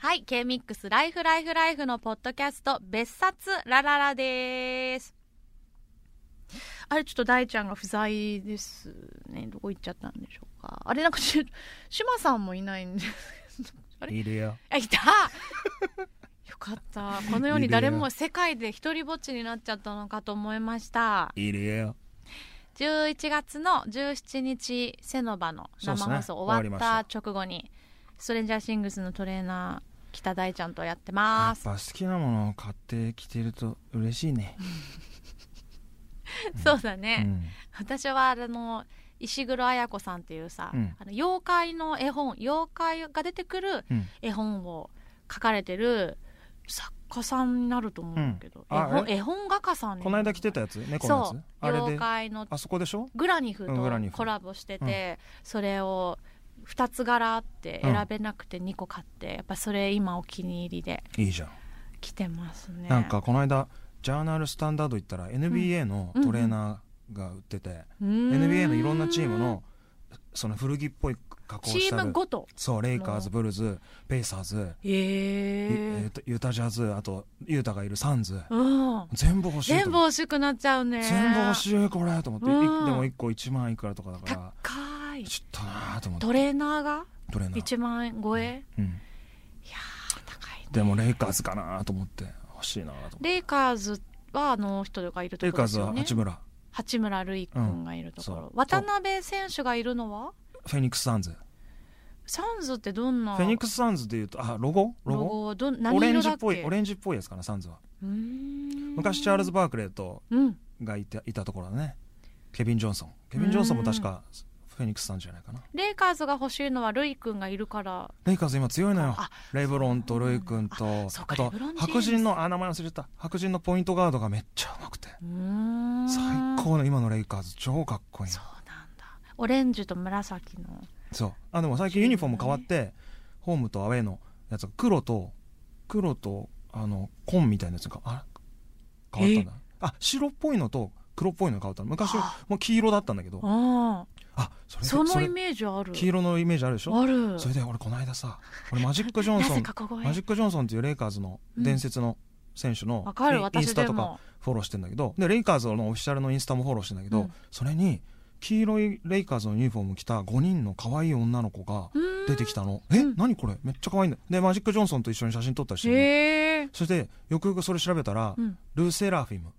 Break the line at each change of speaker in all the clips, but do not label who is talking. はい、K-MIX ライフライフライフのポッドキャスト、別冊ラララです。あれ、ちょっと大ちゃんが不在ですね。どこ行っちゃったんでしょうか。あれ、なんかし、島さんもいないんです けど。あれ
いるよ
あ、いた よかった。このように誰も世界で一人ぼっちになっちゃったのかと思いました。
いるよ
11月の17日セノバの生放
そうですね
送終わっ
終わ
た
り
直後に、ストレンジャーシングスのトレーナー北大ちゃんとやって
や
ま
っ
す
ぱ好きなものを買ってきてると嬉しいね、
そうだ
う
ね、
ん、
私はあの石黒彩子さんっていうさ、
うん
あの妖怪の絵本妖怪が出てくる
うん
絵本を書かれてる作家さんになると思うんだけど、
うんあ
絵本絵本画家さんに
この間着てたやつ猫のやつ
そう
あれ
妖
で
怪の
あそこでしょ
グラニフ
うんグラニ
と
フ
コラボしてて、それを2つ柄あって選べなくて2個買って、やっぱそれ今お気に入りで
いいじゃん、
来てますね
なんかこの間ジャーナルスタンダード行ったら NBA のトレーナーが売ってて、
うーん
NBA のいろんなチームのその古着っぽい加工
チ
した
ームごと
そうレイカーズブルーズペイサーズ、
え
え
ー
ーとユタジャズあとユータがいるサンズ
うん、
全部欲しいと
全部
思っ
欲しくなっちゃうね
て全部欲しいこれと思って、い
うん
でも1個1万いくらとかだから
高い
ちょっとなーと思って
トレーナーが
トレーナー
1万円超え、い
うん、
やー高いね
でもレイカーズかなーと思って欲しいなーと思って
レイカーズはあの人がいると
レイ
こ
カ
ろで
ー
す
ズ
よ
は
ね
八村
八村塁君がいるところ、
うんそう
渡辺選手がいるのは
フェニックスサンズ
サンズってどんな
フェニックスサンズでいうとあロゴロ
ロ
ゴ
ゴはどん何
オレン
色
ジ
だっ
っ
け
ぽいオレンジっぽいやつかなサンズは
うーん
昔チャールズ・バークレーと
うん
がいていたところだねケビン・ジョンソンケビン・ジョンソンも確かフェニックスさんじゃないかな
レイカーズが欲しいのはルイ君がいるから
レイカーズ今強いのよ
あ
レイブロンとルイ君と
そうか
あと
レブロンジェームズ
白人のあ名前忘れてた白人のポイントガードがめっちゃうまくて
うーん
最高の今のレイカーズ超かっこいい
そ
の
うなんだオレンジと紫の
そうあでも最近ユニフォーム変わってホームとアウェーのやつが黒と黒とあの紺みたいなやつがあ変わったんだあ白っぽいのと黒っぽいのが変わったの昔
あ
もう黄色だったんだけど
あ
あそ
あ
れで
そ
そ
の
れ
イメージある
黄色のイメージあるでしょ
ある
それで俺この間さ俺マジック・ジョン
な
ソ
ぜ
ン
か小声
マジック・ジョンソンっていうレイカーズの伝説の選手の
わかる
インイン
私
スタ
で
とか
も
フォローしてんだけどでレイカーズのオフィシャルのインスタもフォローしてんだけ
う
ど、
ん
それに黄色いレイカーズのユニフォーム着た5人の可愛い女の子が
うーん
出てきたの、え何これめっちゃ可愛いんだでマジック・ジョンソンと一緒に写真撮ったりしてるの、
へえ
そしてよくよくそれ調べたら、
うん
ルーセラフィム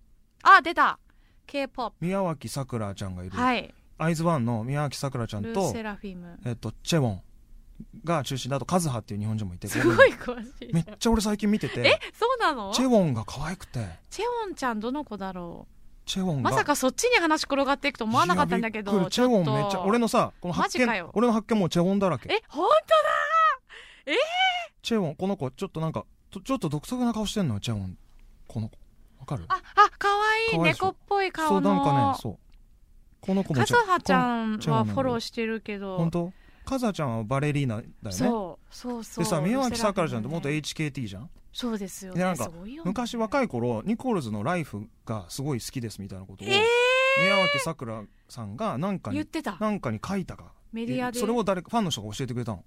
あ出た K-POP
宮脇さくらちゃんがいる、
はい
アイズワンの宮脇さくらちゃん
ルー
と
セ、ラフィム
えっと、チェウォンが中心だとカズハっていう日本人もいて
すごい詳しい
めっちゃ俺最近見て
え
て
そうなの
チ
チェ
ェウォンが可愛くて
ウォンちゃんどの子だろう
チェウォンが
まさかそっちに話転がっていくと思わなかったんだけ
いやびっく
ど
りチェウォンめっち
ちょ
ゃ
っと
俺のさこの発
マジか
見
よ
俺の発見もチェウォンだらけ
え本
チェウォンこの子ちょっとなんかとちょっと独特な顔してんのよチェウォンこの子わかる
当だああ可愛い
可愛いでしょ
猫っぽい
そ
顔
うなんか
の
ねそうこの子も
カズハち
ん
ゃん
チェウォ
は
ンなの
フォローしてるけど
本当カズハちゃんはバレリーナだよね
そうそうそう
でさ宮脇さくらちゃんって
もっ
元
と
HKT じゃん
そうですよ
でな
ね
んか
すごいよね
昔若い頃ニコールズの「ライフがすごい好きですみたいなことを
え
宮脇さくらさんがなんか
ー言っ
に
てた
なんかに書いたか
メディアで
それを誰かファンの人が教えてくれたの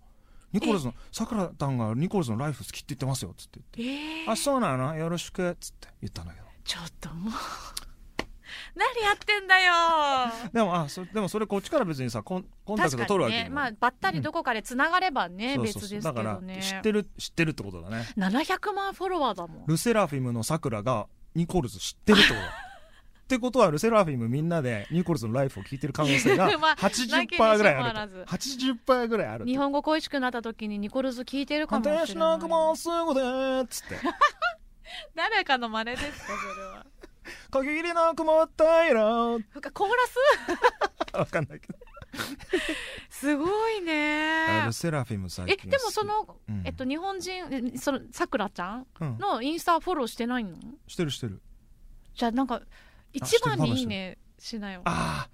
ニコルズのさくらたんがニコルズのライフ好きって言ってますよっつって
え
「
ー
あそうなのよろしく」っつって言ったんだけど
ちょっともう 何やってんだよ
でもあそでもそれこっちから別にさコンコンタクト取るわけ
ね
にも
まあばったりどこかでつながればね
そう
別
そうそう
ですけ
だ
ど
から
ね
知ってる知ってるってことだね
700万フォロワーだもん
ルセラフィムのさくらがニコルズ知ってるって ことだってことはルセラフィムみんなでニコルズのライフを聞いてる可能性が
まあ
80%ぐ
なき
らい
にしもあ
あ
ら
る
ず
と80%ぐらいあると
日本語恋しくなった時にニコルズ聞いてるかもしれない
私なんかもうすぐでーっつって
誰かの真似ですかそれは
限りなくもったいな
なんかコーラ
わかんないけど
スすごいね
ルセラフィム最
え
近
でもその、
うん
えっと日本人えそのさくらちゃん
うん
のインスタフォローしてないの
してるしてる
じゃあなんか一番にいいねしなよ
ああ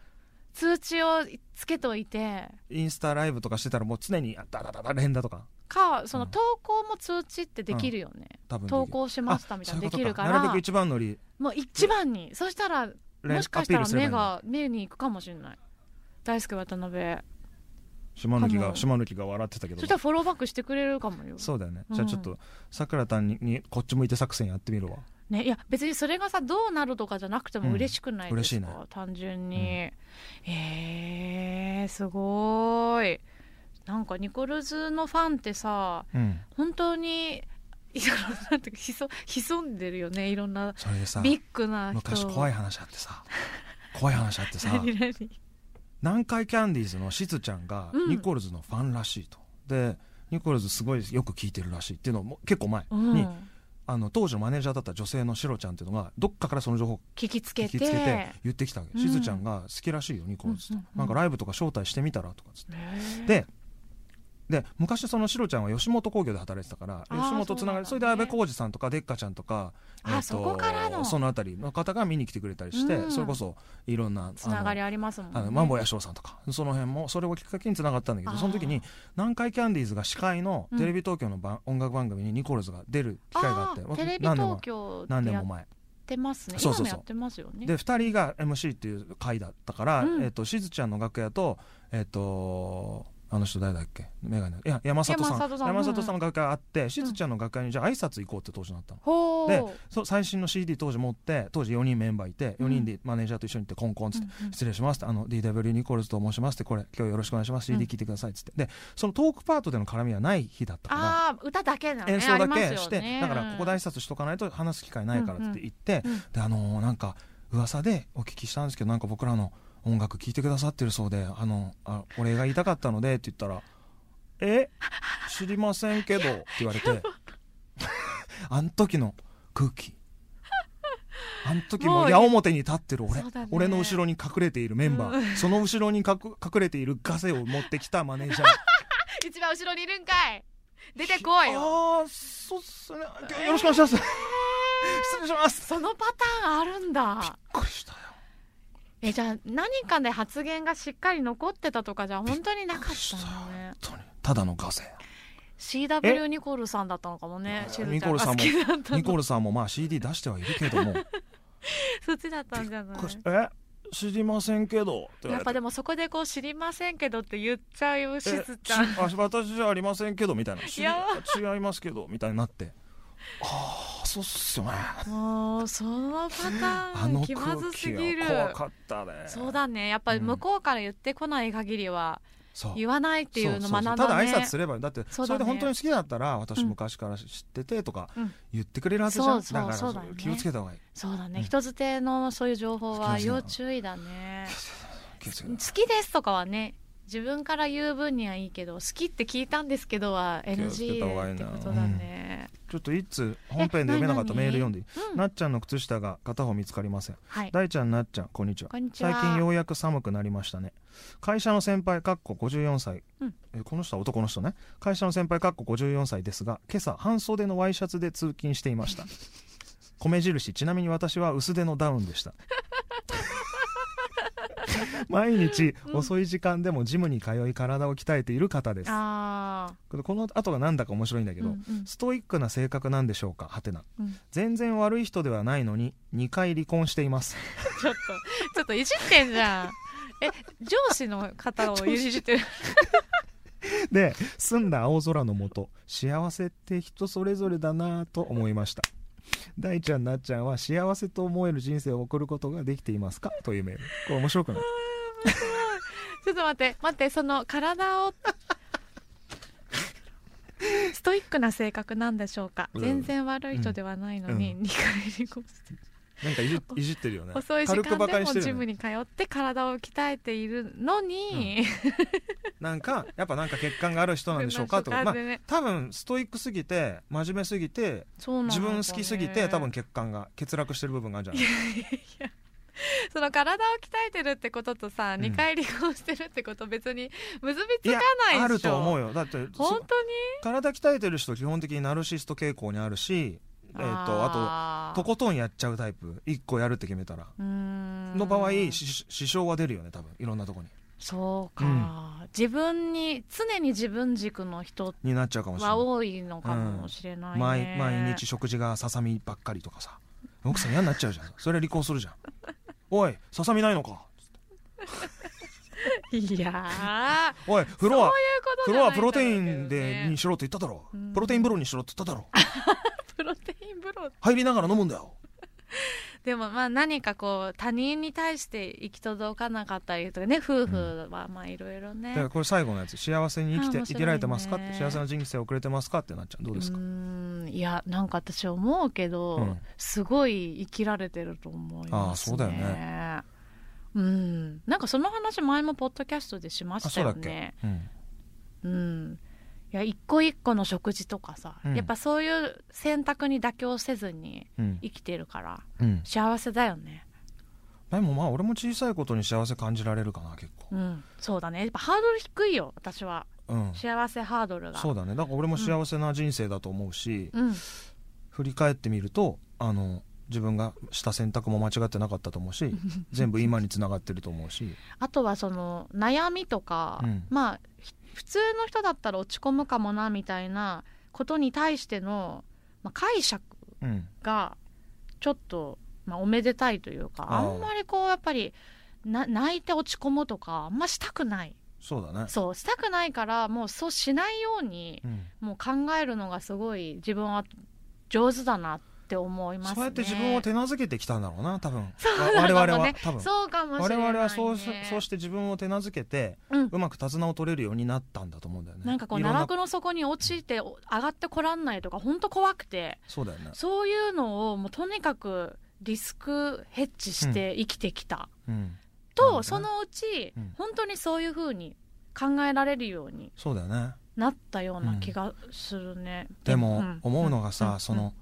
通知をつけといて
インスタライブとかしてたらもう常にあダダダダ連打とか
かその
うん
投稿も通知ってできるよね、
多分できる
投稿しましたみたいな
あ
でき
そううこと
るから
なるべく一番乗り
もう一番にそしたら
連
もしかした
ア
ら
ピールすればい
目
いの
が目に行くかもしれない大好き渡辺
島抜き
か
が
も
島抜きが笑ってたけど
そしたらフォローバックしてくれるかもよ。
そうだよね、
うん
じゃあちょっとさくらたんににこっち向いて作戦やってみるわ
ね、いや別にそれがさどうなるとかじゃなくて
う
も
ん
嬉しくないですか、
嬉しいね
単純
うん
に、えー、すごーいなんかニコルズのファンってさ
うん
本当にいろんななんていうか潜潜んでるよねいろんな
それでさ
ビッグな人
昔怖い
い
話あっ てさ怖い話あってさ
何何
南海キャンディーズのしずちゃんが
うん
ニコルズのファンらしいと、でニコルズすごいよく聞いてるらしいっていうのも結構前に、
うん、
あの当時のマネージャーだった女性のシロちゃんっていうのがどっかからその情報を
聞きつけ
聞
て
きつけて言ってきたわけ、
うん
しずちゃんが好きらしいよニコルズと、
うんうんうん
なんかライブとか招待してみたらとかつって
ねえ
でで昔そのシロちゃんは吉本興業で働いてたから
あー
吉本つながりそ,、
そう
れで
なんだね
安倍浩二さんとかデッカちゃんとか
あそこからの
その辺りの方が見に来てくれたりして、
うん
それこそいろんなあの
つながりありますもんね
あのマンボウヤショウさんとかその辺もそれをきっかけにつながったんだけ
あ
ど
ー
その時に南海キャンディーズが司会の
うん
テレビ東京の番、音楽番組にニコルズが出る機会があって
ー
まあ
テレビ
何年
東
も
京
何
で
年
や
も
っ
前
てますね
そうそうそう
今もやってますよね
で2人が MC っていう回だったから、
うん
えっとしずちゃんの楽屋とえっ、とあの人誰だっけメガネいや山里さん
山里
山里
さ
さ
ん
んの楽屋があって、しずちゃんの楽屋にじゃあ挨拶行こうって当時になったの、
ほう
でそう最新の CD 当時持って当時4人メンバーいて4人でマネージャーと一緒に行ってコンコンっつって、
うんうん
失礼しますってあの DW ニコルズと申しますってこれ今日よろしくお願いします CD 聞いてくださいっつって、でそのトークパートでの絡みはない日だったから
ああ歌だけなのね
演奏
あり
だ
ますよ
け
ね
して、だからここで挨拶しとかないと話す機会ないからって言って、
うんうん
であのーなんか噂でお聞きしたんですけどなんか僕らの音楽聴いてくださってるそうであのあお礼が言いたかったのでって言ったら「え知りませんけど」って言わ れてあん時の空気あん時もう矢面に立ってる俺、
そうだね
俺の後ろに隠れているメンバー、その後ろに隠隠れているガセを持ってきたマネージャー
一番後ろにいるんかい出てこいよ
ああーそうっすねよろしくお願いします失礼します
そのパターンあるんだ
びっくりしたよ
えじゃあ何かで発言がしっかり残ってたとかじゃ本当になかった
びっくり
の
した
ね
本当にただのガセ
CW ニコルさんだったのかもね
え
しずちゃ
ニコルさんも
あ好きだった
ニ
の
コルさんもまあ CD 出してはいるけ ども
そっちだったんじゃない
え知りませんけどって言わ
やっ
れて
ぱでもそこでこう知りませんけどって言っちゃうよしずちゃん
えしあ私じゃありませんけどみたいな知り
や
違いますけどみたいになってああそうっすよね
もうそのパタ
あ
ー
の
ン気ま
空
ずす
気
ぎる
は怖かったね
そうだねやっぱり向こうから言ってこない限りは
そう
言わないっていうの学んだね
そうそうそうただ挨拶すればいいだって
そ
そう
だね
れで本当に好きだったら私
うん
昔から知っててとか
うん
言ってくれるはずじゃん、
そうそう
だ
そうだ
から
よね
気をつけた方がいい
そうだね、
うん
人づてのそういう情報は
気をつけな
要注意だね
気をつけた方
好
が
きですとかはね自分から言う分にはいいけど好きって聞いたんですけどは
気をつけ
NG
た方がいい
って
な
ことだね、
いいちょっといつ本編で読めなかった
え何
メール読んでいい
うん
なっちゃんの靴下が片方見つかりません
はい
大ちゃんなっちゃんこんにちは
こんにちは
最近ようやく寒くなりましたね会社の先輩かっこ54歳、
うん
えこの人は男の人ね会社の先輩かっこ54歳ですが今朝半袖のワイシャツで通勤してい ました米印ちなみに私は薄手のダウンでした 毎日遅い時間でもジムに通い体を鍛えている方です、
あ
この後がなんだか面白いんだ
ー
けど、
うんうん
ストイックな性格なんでしょうかはてな
うん
全然悪い人ではないのに2回離婚しています
ちょっとちょっといじってんじゃんえ上司の方をいじってる
で澄んだ青空の下幸せって人それぞれだなぁと思いました大ちゃんなっちゃんは幸せと思える人生を送ることができていますかというメールこれ面白くない
ちょっと待って待ってその体 をストイックな性格なんでしょうか、
うん
全然悪い人ではないのに、
う
2回離婚して
なんかい じいじってるよね
遅い時
軽く
間
バカ
で
にし
も
て
ジ
る、
ム
ね、
に通って体を鍛えているの に、
なんかやっぱなんか欠陥がある人なんでしょうかとか、
な
ま
ん
あ
でね
多分ストイックすぎて真面目すぎて
そうなんだ
自
ね
分好きすぎて多分欠陥が欠落してる部分があるんじゃない
その体を鍛えてるってこととさ、
うん
2回離婚してるってこと別に結
い
びつかないでしょ
あると思うよだってそ
本当に
体鍛えてる人基本的にナルシスト傾向にあるしえっ、とあ
あ
ととことんやっちゃうタイプ一個やるって決めたら
の
の場合し支障は出るよね多分いろんなとこに
そうか、自分に常に自分軸の人
になっちゃうかもしれな
はい多いのかもしれない
毎
ね、
毎日食事がささみばっかりとかさ 奥さん嫌になっちゃうじゃんそれ離婚するじゃんおいささみないのか
いや
おい
ー、
フロア
そういうこと
フ
じゃ
ロ
ないんだろうけ
ア
どね
プロテインでにしろって言っただろ
うん
プロテイン風呂にしろって言っただろ
プロテイン風呂
入りながら飲むんだよ
でもまあ何かこう他人に対して行き届かなかったりとかね夫婦はまあいろいろね、
だからこれ最後のやつ幸せに生きて
あー面白い
生
ね
きられてますかって幸せな人生を送れてますかってなっちゃうどうですか
ーんいやなんか私思うけど、
うん
すごい生きられてると思いますね
あーそうだよ
ねうんなんかその話前もポッドキャストでしま
あ
した
そうだ
よ
っけ
ね
う
う
ん
んいや一個一個の食事とかさ、
うん
やっぱそういう選択に妥協せずに
うん
生きてるから
うん
幸せだよね
でもまあ俺も小さいことに幸せ感じられるかな結
う
構
んそうだねやっぱハードル低いよ私は
うん
幸せハードルが
そうだねだから俺も幸せな人生だと思うし
うん
振り返ってみるとあの自分がした選択も間違ってなかったと思 うし全部今につながってると思うし
あとはその悩みとか、
うん
まあひ普通の人だったら落ち込むかもなみたいなことに対しての、まあ、解釈
うん
がちょっと、まあ、おめでたいというかあ
あー
んまりこうやっぱりな泣いて落ち込むとかあんましたくない
そうだね
そうしたくないからもうそうしないように
うん
もう考えるのがすごい自分は上手だなって思いますね。
そうやって自分を手なずけてきたんだろうな多分
そう なのかもね
わ我々は多分
そうかもしれな
我
い、ね、
々はそうしそうして自分を手なずけて
うん
うまく手綱を取れるようになったんだと思うんだよね
なんかこう
いろな
奈落の底に落ちてお上がってこらんないとか本当怖くて
そうだよね、
そういうのをもうとにかくリスクヘッジして生きてきた、
うん、
と、
うん
そのうち、
うん
本当にそういうふうに考えられるように
そうだよね
なったような気がするね、
でも
ん
思うのがさ、
ん
その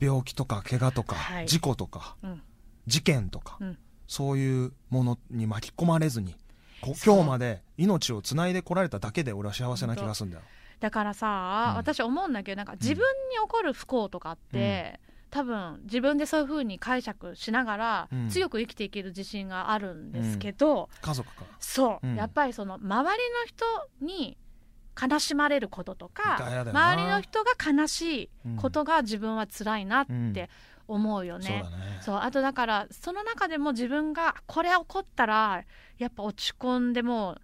病気とか怪我とか、
はい
事故とか
うん
事件とか、
うん
そういうものに巻き込まれずにこ
そう
今日まで命をつないでこられただけで俺は幸せな気がするんだよ
だからさ、
うん
私思うんだけどなんか自分に起こる不幸とかって、多分自分でそういうふうに解釈しながら、
うん
強く生きていける自信があるんですけど、
家族から
そう、
うん
やっぱりその周りの人に悲しまれることとか
が嫌だよな
周りの人が悲しいことが自分は辛いなっ
うん
て思うよ
そう
ね
だ。ね
そうあとだからその中でも自分がこれ起こったらやっぱ落ち込んでもう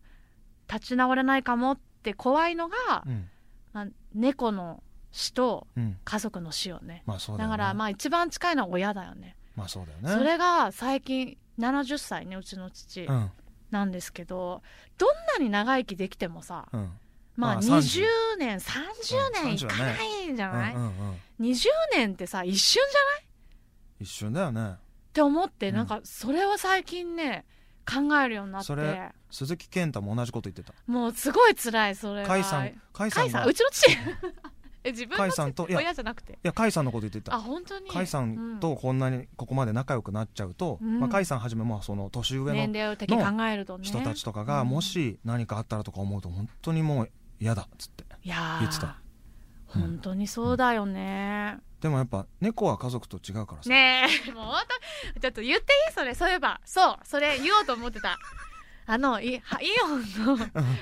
立ち直れないかもって怖いのが、
うん
まあ、猫の死と
うん
家族の死よね
まあそうだ
だ
よ
か
ね
らまあ一番近いのは親だよね
まあそうだよね
それが最近70歳ねうちの父、
うん
なんですけどどんなに長生きできてもさ、
うん
まあ
まあ
20
30
年30
うん
年い
30
かないんじゃ
うん
ない、
うんうん
20年ってさ一瞬じゃない
一瞬だよね
って思って、
うん
なんかそれを最近ね考えるようになって
それ鈴木健太も同じこと言ってた
もうすごい辛いそれが
甲斐さん甲斐さ
甲
ん
斐さ
が
んうちの父 え自分
甲
の
斐さんといやい
親じゃなくて
や甲斐さんのこと言ってた
あ本当に
甲斐さんとこんなにここまで仲良くなっちゃうと、
うん
まあ、甲斐さんはじめまあその年
うん
上
年
の
齢を的に考えるとね
人たちとかが
うん
もし何かあったらとか思うと本当にもう嫌だっつって
いやー
言ってたうん
本当にそうだよね、
でもやっぱ猫は家族と違うから さ、
ねえ、もう本当、ちょっと言っていいそれ、そういえば、そう、それ言おうと思ってた。あの、イはイオンの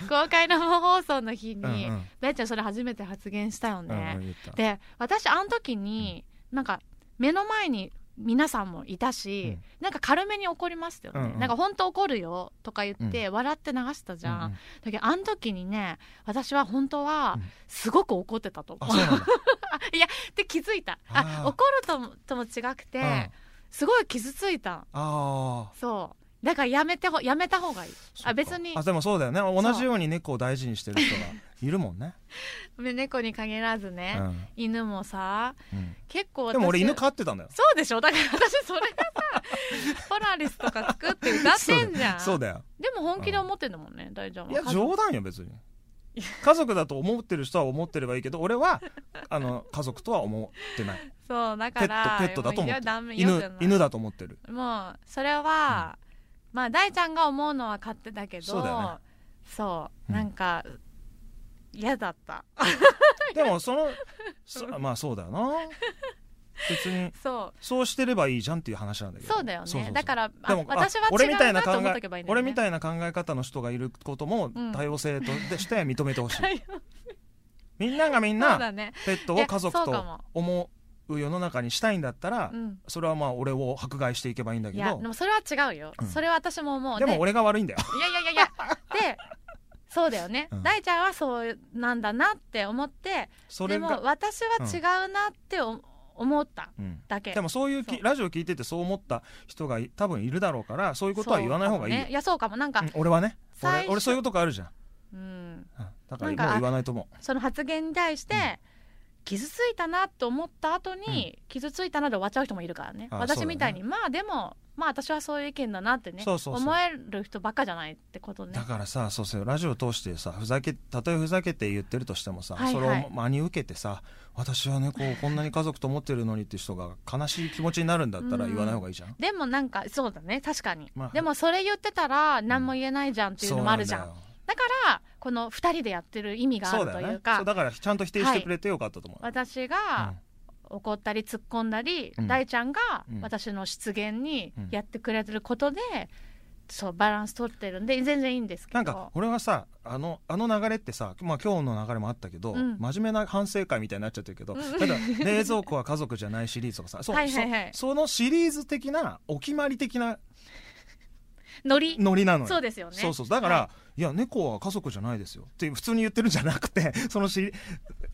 公開生放送の日
うんうん
に、ベンちゃんそれ初めて発言したよ
うんうん
ね。
言った
で、私、あの時に、なんか、目の前に皆さんもいたし、なんか軽めに怒りましたよね。
うんうん
なんか、本当怒るよとか言って、笑って流したじゃん。
うんうん
だけど、あの時にね、私は本当は
うん、
すごく怒ってたと思
あ
う。
そう なんだ
って気づいた。あ
あー
怒るともとも違くて、
うん
すごい傷ついた
あー
そうだからやめてほやめた方がいい
そっか
別に
あでもそうだよね同じように猫を大事にしてる人がいるもんね、
猫に限らず ね、
うん
犬もさ
うん
結構私
でも俺犬飼ってたんだよ
そうでしょだから私それ がさポラリスとか作って歌ってんじゃん
そうだよ
でも本気で思ってんだもんね大丈夫
いや
家族
冗談よ別に家族だと思ってる人は思ってればいいけど俺はあの家族とは思ってない
そうだから
ペットペットだと思ってる
いやダメよく
犬
ない
犬だと思ってる
もうそれは、まあ大ちゃんが思うのは勝手だけど
そうだよね
そう
うん
なんか嫌、だった
でもそ のそまあそうだよな別に
そう
そうしてればいいじゃんっていう話なんだけど
そうだよね
そうそうそう
だからあ
でもあ
私は
俺
違
み
う
たい
な
な考
と思っとけばい
え
いんだよ、ね、
俺みたいな考え方の人がいることも
うん
多様性とでして 認めてほしい
多様
みんながみん
そう
な
だね
ペットを家族
いやそうか
と
も
思世の中にしたいんだったら、
うん、
それはまあ俺を迫害していけばいいんだ
い
け
や
ど
でもそれは違うよ、
うん
それは私も思う
でも
で
俺が悪いんだよ
いやいやいやいやでそうだよね、
うん
大ちゃんはそうなんだなって思って
そ
で
れ
も
が、
私は違うなってお、思った
うん、
だけ
でもそういうき
そう
ラジオ聞いててそう思った人がい多分いるだろうからそういうことは言わない方がいいよ
そうかもねいやそうかもなんか
うん、俺はね
最
俺
初
俺そういうことがあるじゃん、
うん
うんだ
なんか
か
ら
もう言わないと思う
その発言に対して、
うん
傷ついたなと思った後に、傷ついたなで終わっちゃう人もいるからね
あ
私
そうだね
みたいにまあでもまあ私はそういう意見だなってね
そうそうそう
思える人ばっかじゃないってことね
だからさそうそうラジオ通してさふざけたとえふざけて言ってるとしてもさ、
はいはい
それを真に受けてさ私はねこうこんなに家族と思ってるのにって人が悲しい気持ちになるんだったら
うん
言わない方がいいじゃん、
でもなんかそうだね確かに、
まあ
でもそれ言ってたら何も言えないじゃんっていう
そう
のも
な
あ
んだ
る
よ
じゃんだからこの2人でやってる意味があ
そ
る
うだ
と
よ
い
ね
うか
そうだからちゃんと否定してくれてよかったと思う、
私が怒ったり突っ込んだり、
うん
大ちゃんが
うん
私の失言に
うん
やってくれてることで、そうバランス取ってるんで全然いいんですけど
なんか俺はさあのあの流れってさ、まあ、今日の流れもあったけど、
うん
真面目な反省会みたいになっちゃってるけど、
うん
ただ「冷蔵庫は家族じゃない」シリーズと かさそう
はいはいはい
そそのシリーズ的なお決まり的な
ノリ
ノリなのよ
そうですよね
そうそうだから、、
はい
や猫は家族じゃないですよって普通に言ってるんじゃなくて そのシリ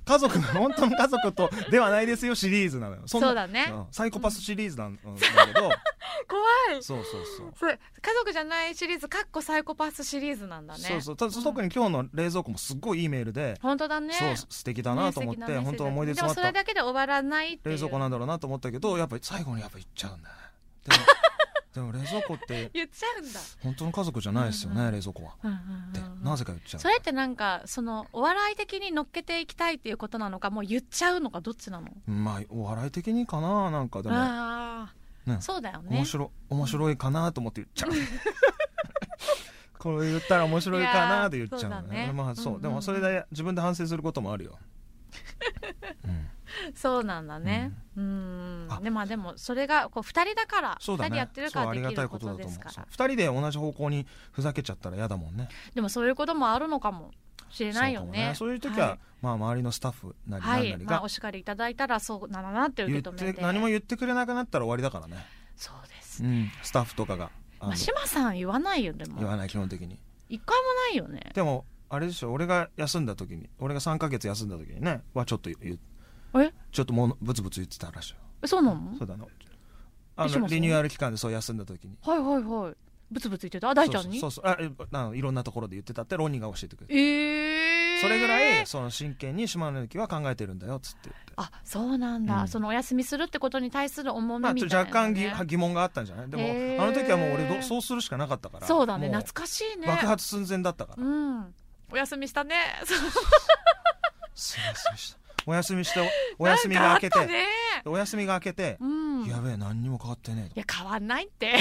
家族 の本当の家族とではないですよシリーズなのよそんな
そうだね
んサイコパスシリーズなんうんだけど、
怖い
そうそうそう、
それ家族じゃないシリーズかっこサイコパスシリーズなんだね
そうそうただ特に今日の冷蔵庫もすっごいいいメールで、
本当だね
そう素敵だなと思って、
ね素敵なメッセージだね
本当思い出
で
詰
も
ま
それ
った
だけで終わらないっていう
冷蔵庫なんだろうなと思ったけどやっぱり最後にやっぱ言っちゃうんだねで もでも冷蔵庫って
言っちゃうんだ、
本当の家族じゃないですよね、
うんうん
冷蔵庫は
うんうん
って
うんうん
なぜか言っちゃう
それってなんかそのお笑い的に乗っけていきたいっていうことなのかもう言っちゃうのかどっちなの
まあお笑い的にかななんかでも、
ああ、
ね
そうだよね
面白面白いかなと思って言っ ちゃうこれ言ったら面白いかなって言っちゃうの
いやーそうだね
ねまあそう、
うんうん
でもそれで自分で反省することもあ るよ、うん
そうなんだねうん
あ
でもでもそれがこう二人だから
そうだ
二人や
ね
ってる
そ
か
う
ら
あ
で
り
き
がた
る
い
こ
こと
と
だ
で
と思
す
う
か
そう
ら
二人で同じ方向にふざけちゃったら嫌だもんね
でもそういうこともあるのかもしれないよ
そうかも
ね
そういう時は、
はい
まあ周りのスタッフなり
は、
何ないり
まあ、
が
お叱りいただいたらそうなのなって受
言っ
け止め
て
て
何も言ってくれなくなったら終わりだからね、
そうです
う
ね、
ん、スタッフとかがあ
ま
の
あ、島さん言わないよで
言
も
わない基本的に
一回もないよね
でもあれでしょ俺が休んだ時に俺が3ヶ月休んだ時にねはちょっと言う
え
ちょっともうブツブツ言ってたらしいよ
そうなの
そうだなあ
しま
の
す
リニューアル期間でそう休んだ時に
はいはいはいブツブツ言ってたあ大ちゃんに
そうそうそうそうあえあのいろんなところで言ってたってロニーが教えてくれて、
ええー、
それぐらいその真剣に島貫は考えてるんだよっつって言って
あそうなんだ、
うん
そのお休みするってことに対する重み
まあ、
み
ち
た
ょ
い
っ
な
と
の
若干
ね、
ぎは疑問があったんじゃないでも
へー
あの時はもう俺どそうするしかなかったから
そうだね
も
懐かしいね
爆発寸前だったから、
うんお休みしたねそう
すいませんでしたお休みしてお休みが明けて、
なんかあったね
お休みが明けて
う、んい
や
や
べえ何にも変わってねえ
変わんないって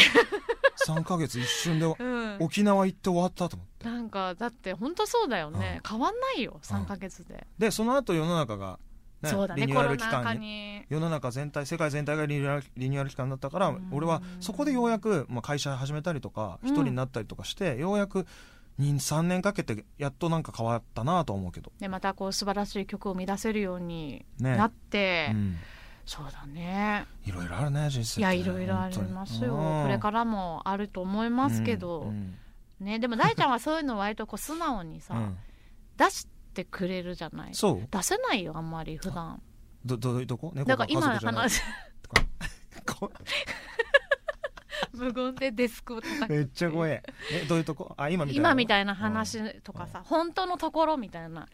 と3ヶ月一 瞬で
うん
沖縄行って終わったと思って
なんかだって本当そうだよね、変わんないよ3ヶ月で、
でその後世の中が、ね
そうだね
リニュ
コ
ーア
ロ
ル期
ナ禍
間に
に
世の中全体世界全体がリニューアルリニューアル期間だったから、
うん
俺はそこでようやく、まあ、会社始めたりとか
うん
一人になったりとかして、ようやく3年かけてやっとなんか変わったなとは思うけど
でまたこう素晴らしい曲を生み出せるように
ね
なって、
うん、
そうだね
いろいろあるね人生
いやいろいろありますよこれ
ら
からもあると思いますけど、ねでも大ちゃんはそういうの割とこう素直にさ、出してくれるじゃない
そう
出せないよあんまり普段
どどういうとこ猫
だか
が
ら今
家族じゃ
あの
ない こ
無言でデスクを 叩く
めっちゃ怖ええどういうとこあ今みたいな
今みたいな話とかさ、本当のところみたいな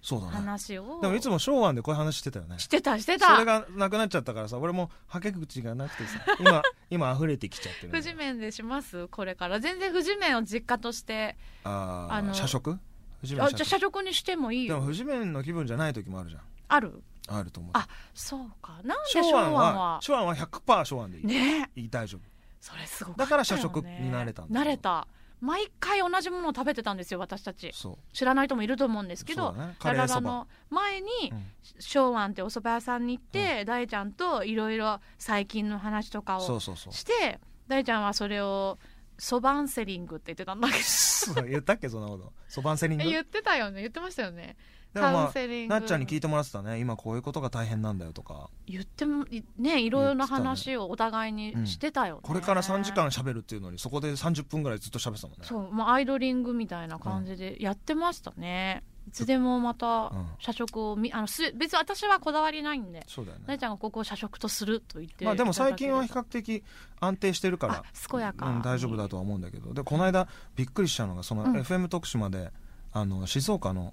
そうだね
話を、
でもいつも昭和でこういう話してたよね
してたして
そ
た
れがなくなっちゃったからさ俺もはけ口がなくて さ今今溢れてきちゃってる
不
ね
地面でしますこれから全然不地面を実家として
あ
あの
あ社食藤
あ
面
じゃあ
社
社
食
食にしてもいい
でも
よ
藤面の気分じゃない時もあるじゃ
ある
んあると思う
あそうかなんで
昭
昭和
和
は
は昭和は100%昭和でいい
ね
いい大丈夫
それすごかったよ、ね、
だから社食に慣れたんだ
慣れた毎回同じものを食べてたんですよ私たち
そう
知らない人もいると思うんですけど、
そうだねカ
ラ
レ
ラ
ー
ラ
そば
の前に
うん
昭和ってお蕎麦屋さんに行って、大ちゃんといろいろ最近の話とか
そ
を
うそうそう
して大ちゃんはそれをそばんセリングって言ってたんだけど
そう言ったっけそんなことそばんせりんぐ
え言ってたよね言ってましたよね
でも
カウ
ま
ンセリン
あ
グ
なっちゃんに聞いてもらってたね今こういうことが大変なんだよとか
言ってもいねいろいろな話をお互い
うん
にしてたよね、
これから3時間喋るっていうのにそこで30分ぐらいずっと喋ってたもんね
そうもうアイドリングみたいな感じでやってましたね、いつでもまた
うん
社食をみあのす別に私はこだわりないんで
そうだよ
なえ
ね
ちゃんがここを社食とすると言って
まあでも最近はい比較的安定してる
た
か
だけ
ら
であ健やか、
うん、大丈夫だとは思うんだけどでこの間びっくりしたのがその
うん
FM 徳島で、あの静岡の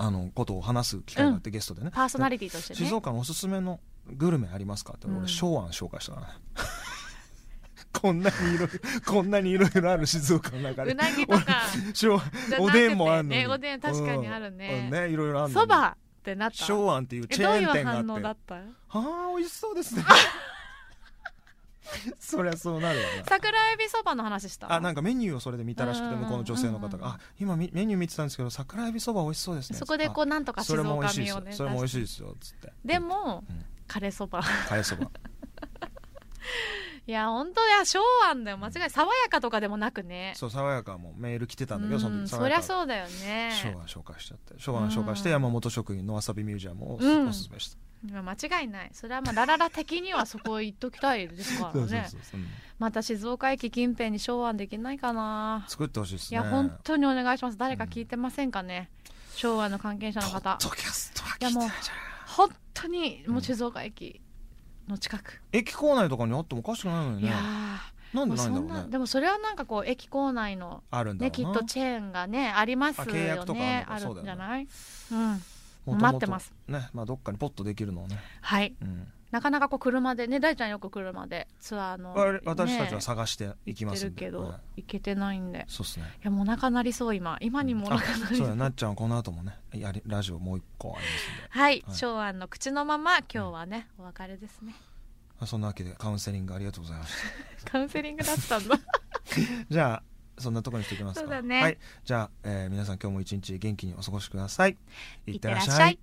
あのことを話す機会があって、ゲストでね
パーソナリティとしてね
静岡のおすすめのグルメありますかって
う
俺
ん
昭安紹介したから ね、こんなにいろいろこんなにいろいろある静岡の中
う
で
なぎとか
昭和
じゃなくて
おでんもあるのに、
ねおでん確かにある
うんう
ね
んねいろいろあるの
そ
に
ばってなった
昭安っていう
え
チ
ど
ェ
う
ー
いう
ン店
反応
が
だ
あっ
ってた
はあ美味しそうです ねそりゃそうなるわな
桜えびそばの話した
あなんかメニューをそれで見たらしくて
うん
向こうの女性の方
うん
が「あ今みメニュー見てたんですけど桜えびそば美味しそうですね」
そこでこうなんと
あ
か
そ
静
れも美
岡
味しい
味
です
を
よ
ね
それも美味しい
出し
ですよ」つ って
てでも
うん
カレーそば
返そば
いや本当や昭和だよ間違い爽やかとかでもなくね
そう爽やかもメール来てたんだけ
う
どその
ん
時
そりゃ
う
そうだよね
昭和紹介しちゃって昭和の紹介して
うん
山本職員のわさびミュージアムをおす
うん
おすすめした
今間違いないそれはまあラララ的にはそこ行っときたいですから
そうそう
ね
そうそううん
また静岡駅近辺に昭和できないかな
作ってほしいです
い
ね
や本当にお願いします誰か聞いてませんかね昭和の関係者の
ポッ
方
ドキャストは聞いてないじゃん
本当にもう静岡駅の近く
駅構内とかにあってもおかしくないのに
い
ね
や
な
ー
ん
も
で
う
ない
そ
ん
ん
だろ
な
うね
でもそれはなんかこう駅構内の
あるんだ
ね
ろ
き
う
っ
な
とチェーンがねありますよ
あ契約とかあ
ねあ
るのか
るんじゃない、うん
もともと
待ってます
ねまあどっかにポッとできるのをね
はい
うん
なかなかこう車でね大ちゃんよく車でツアーの、
われ私たちは
ね
探していき
行
ま
って
す
る
んで、
けど、
はい
行けてないんで
そうですね
いやもうお腹なりそう今今にもお
あ
腹なり
そ
そうう
だなっちゃんはこの後もねやりラジオもう一個ありますんで
はい
はい
昭和の口のまま今日はね、お別れですね
あそんなわけでカウンセリングありがとうございまし
カウンセリングだったん だ
たじゃあそんなとこにしておきますか
そうだね
はいじゃあ、えー皆さん今日も一日元気にお過ごしください
いってらっしゃい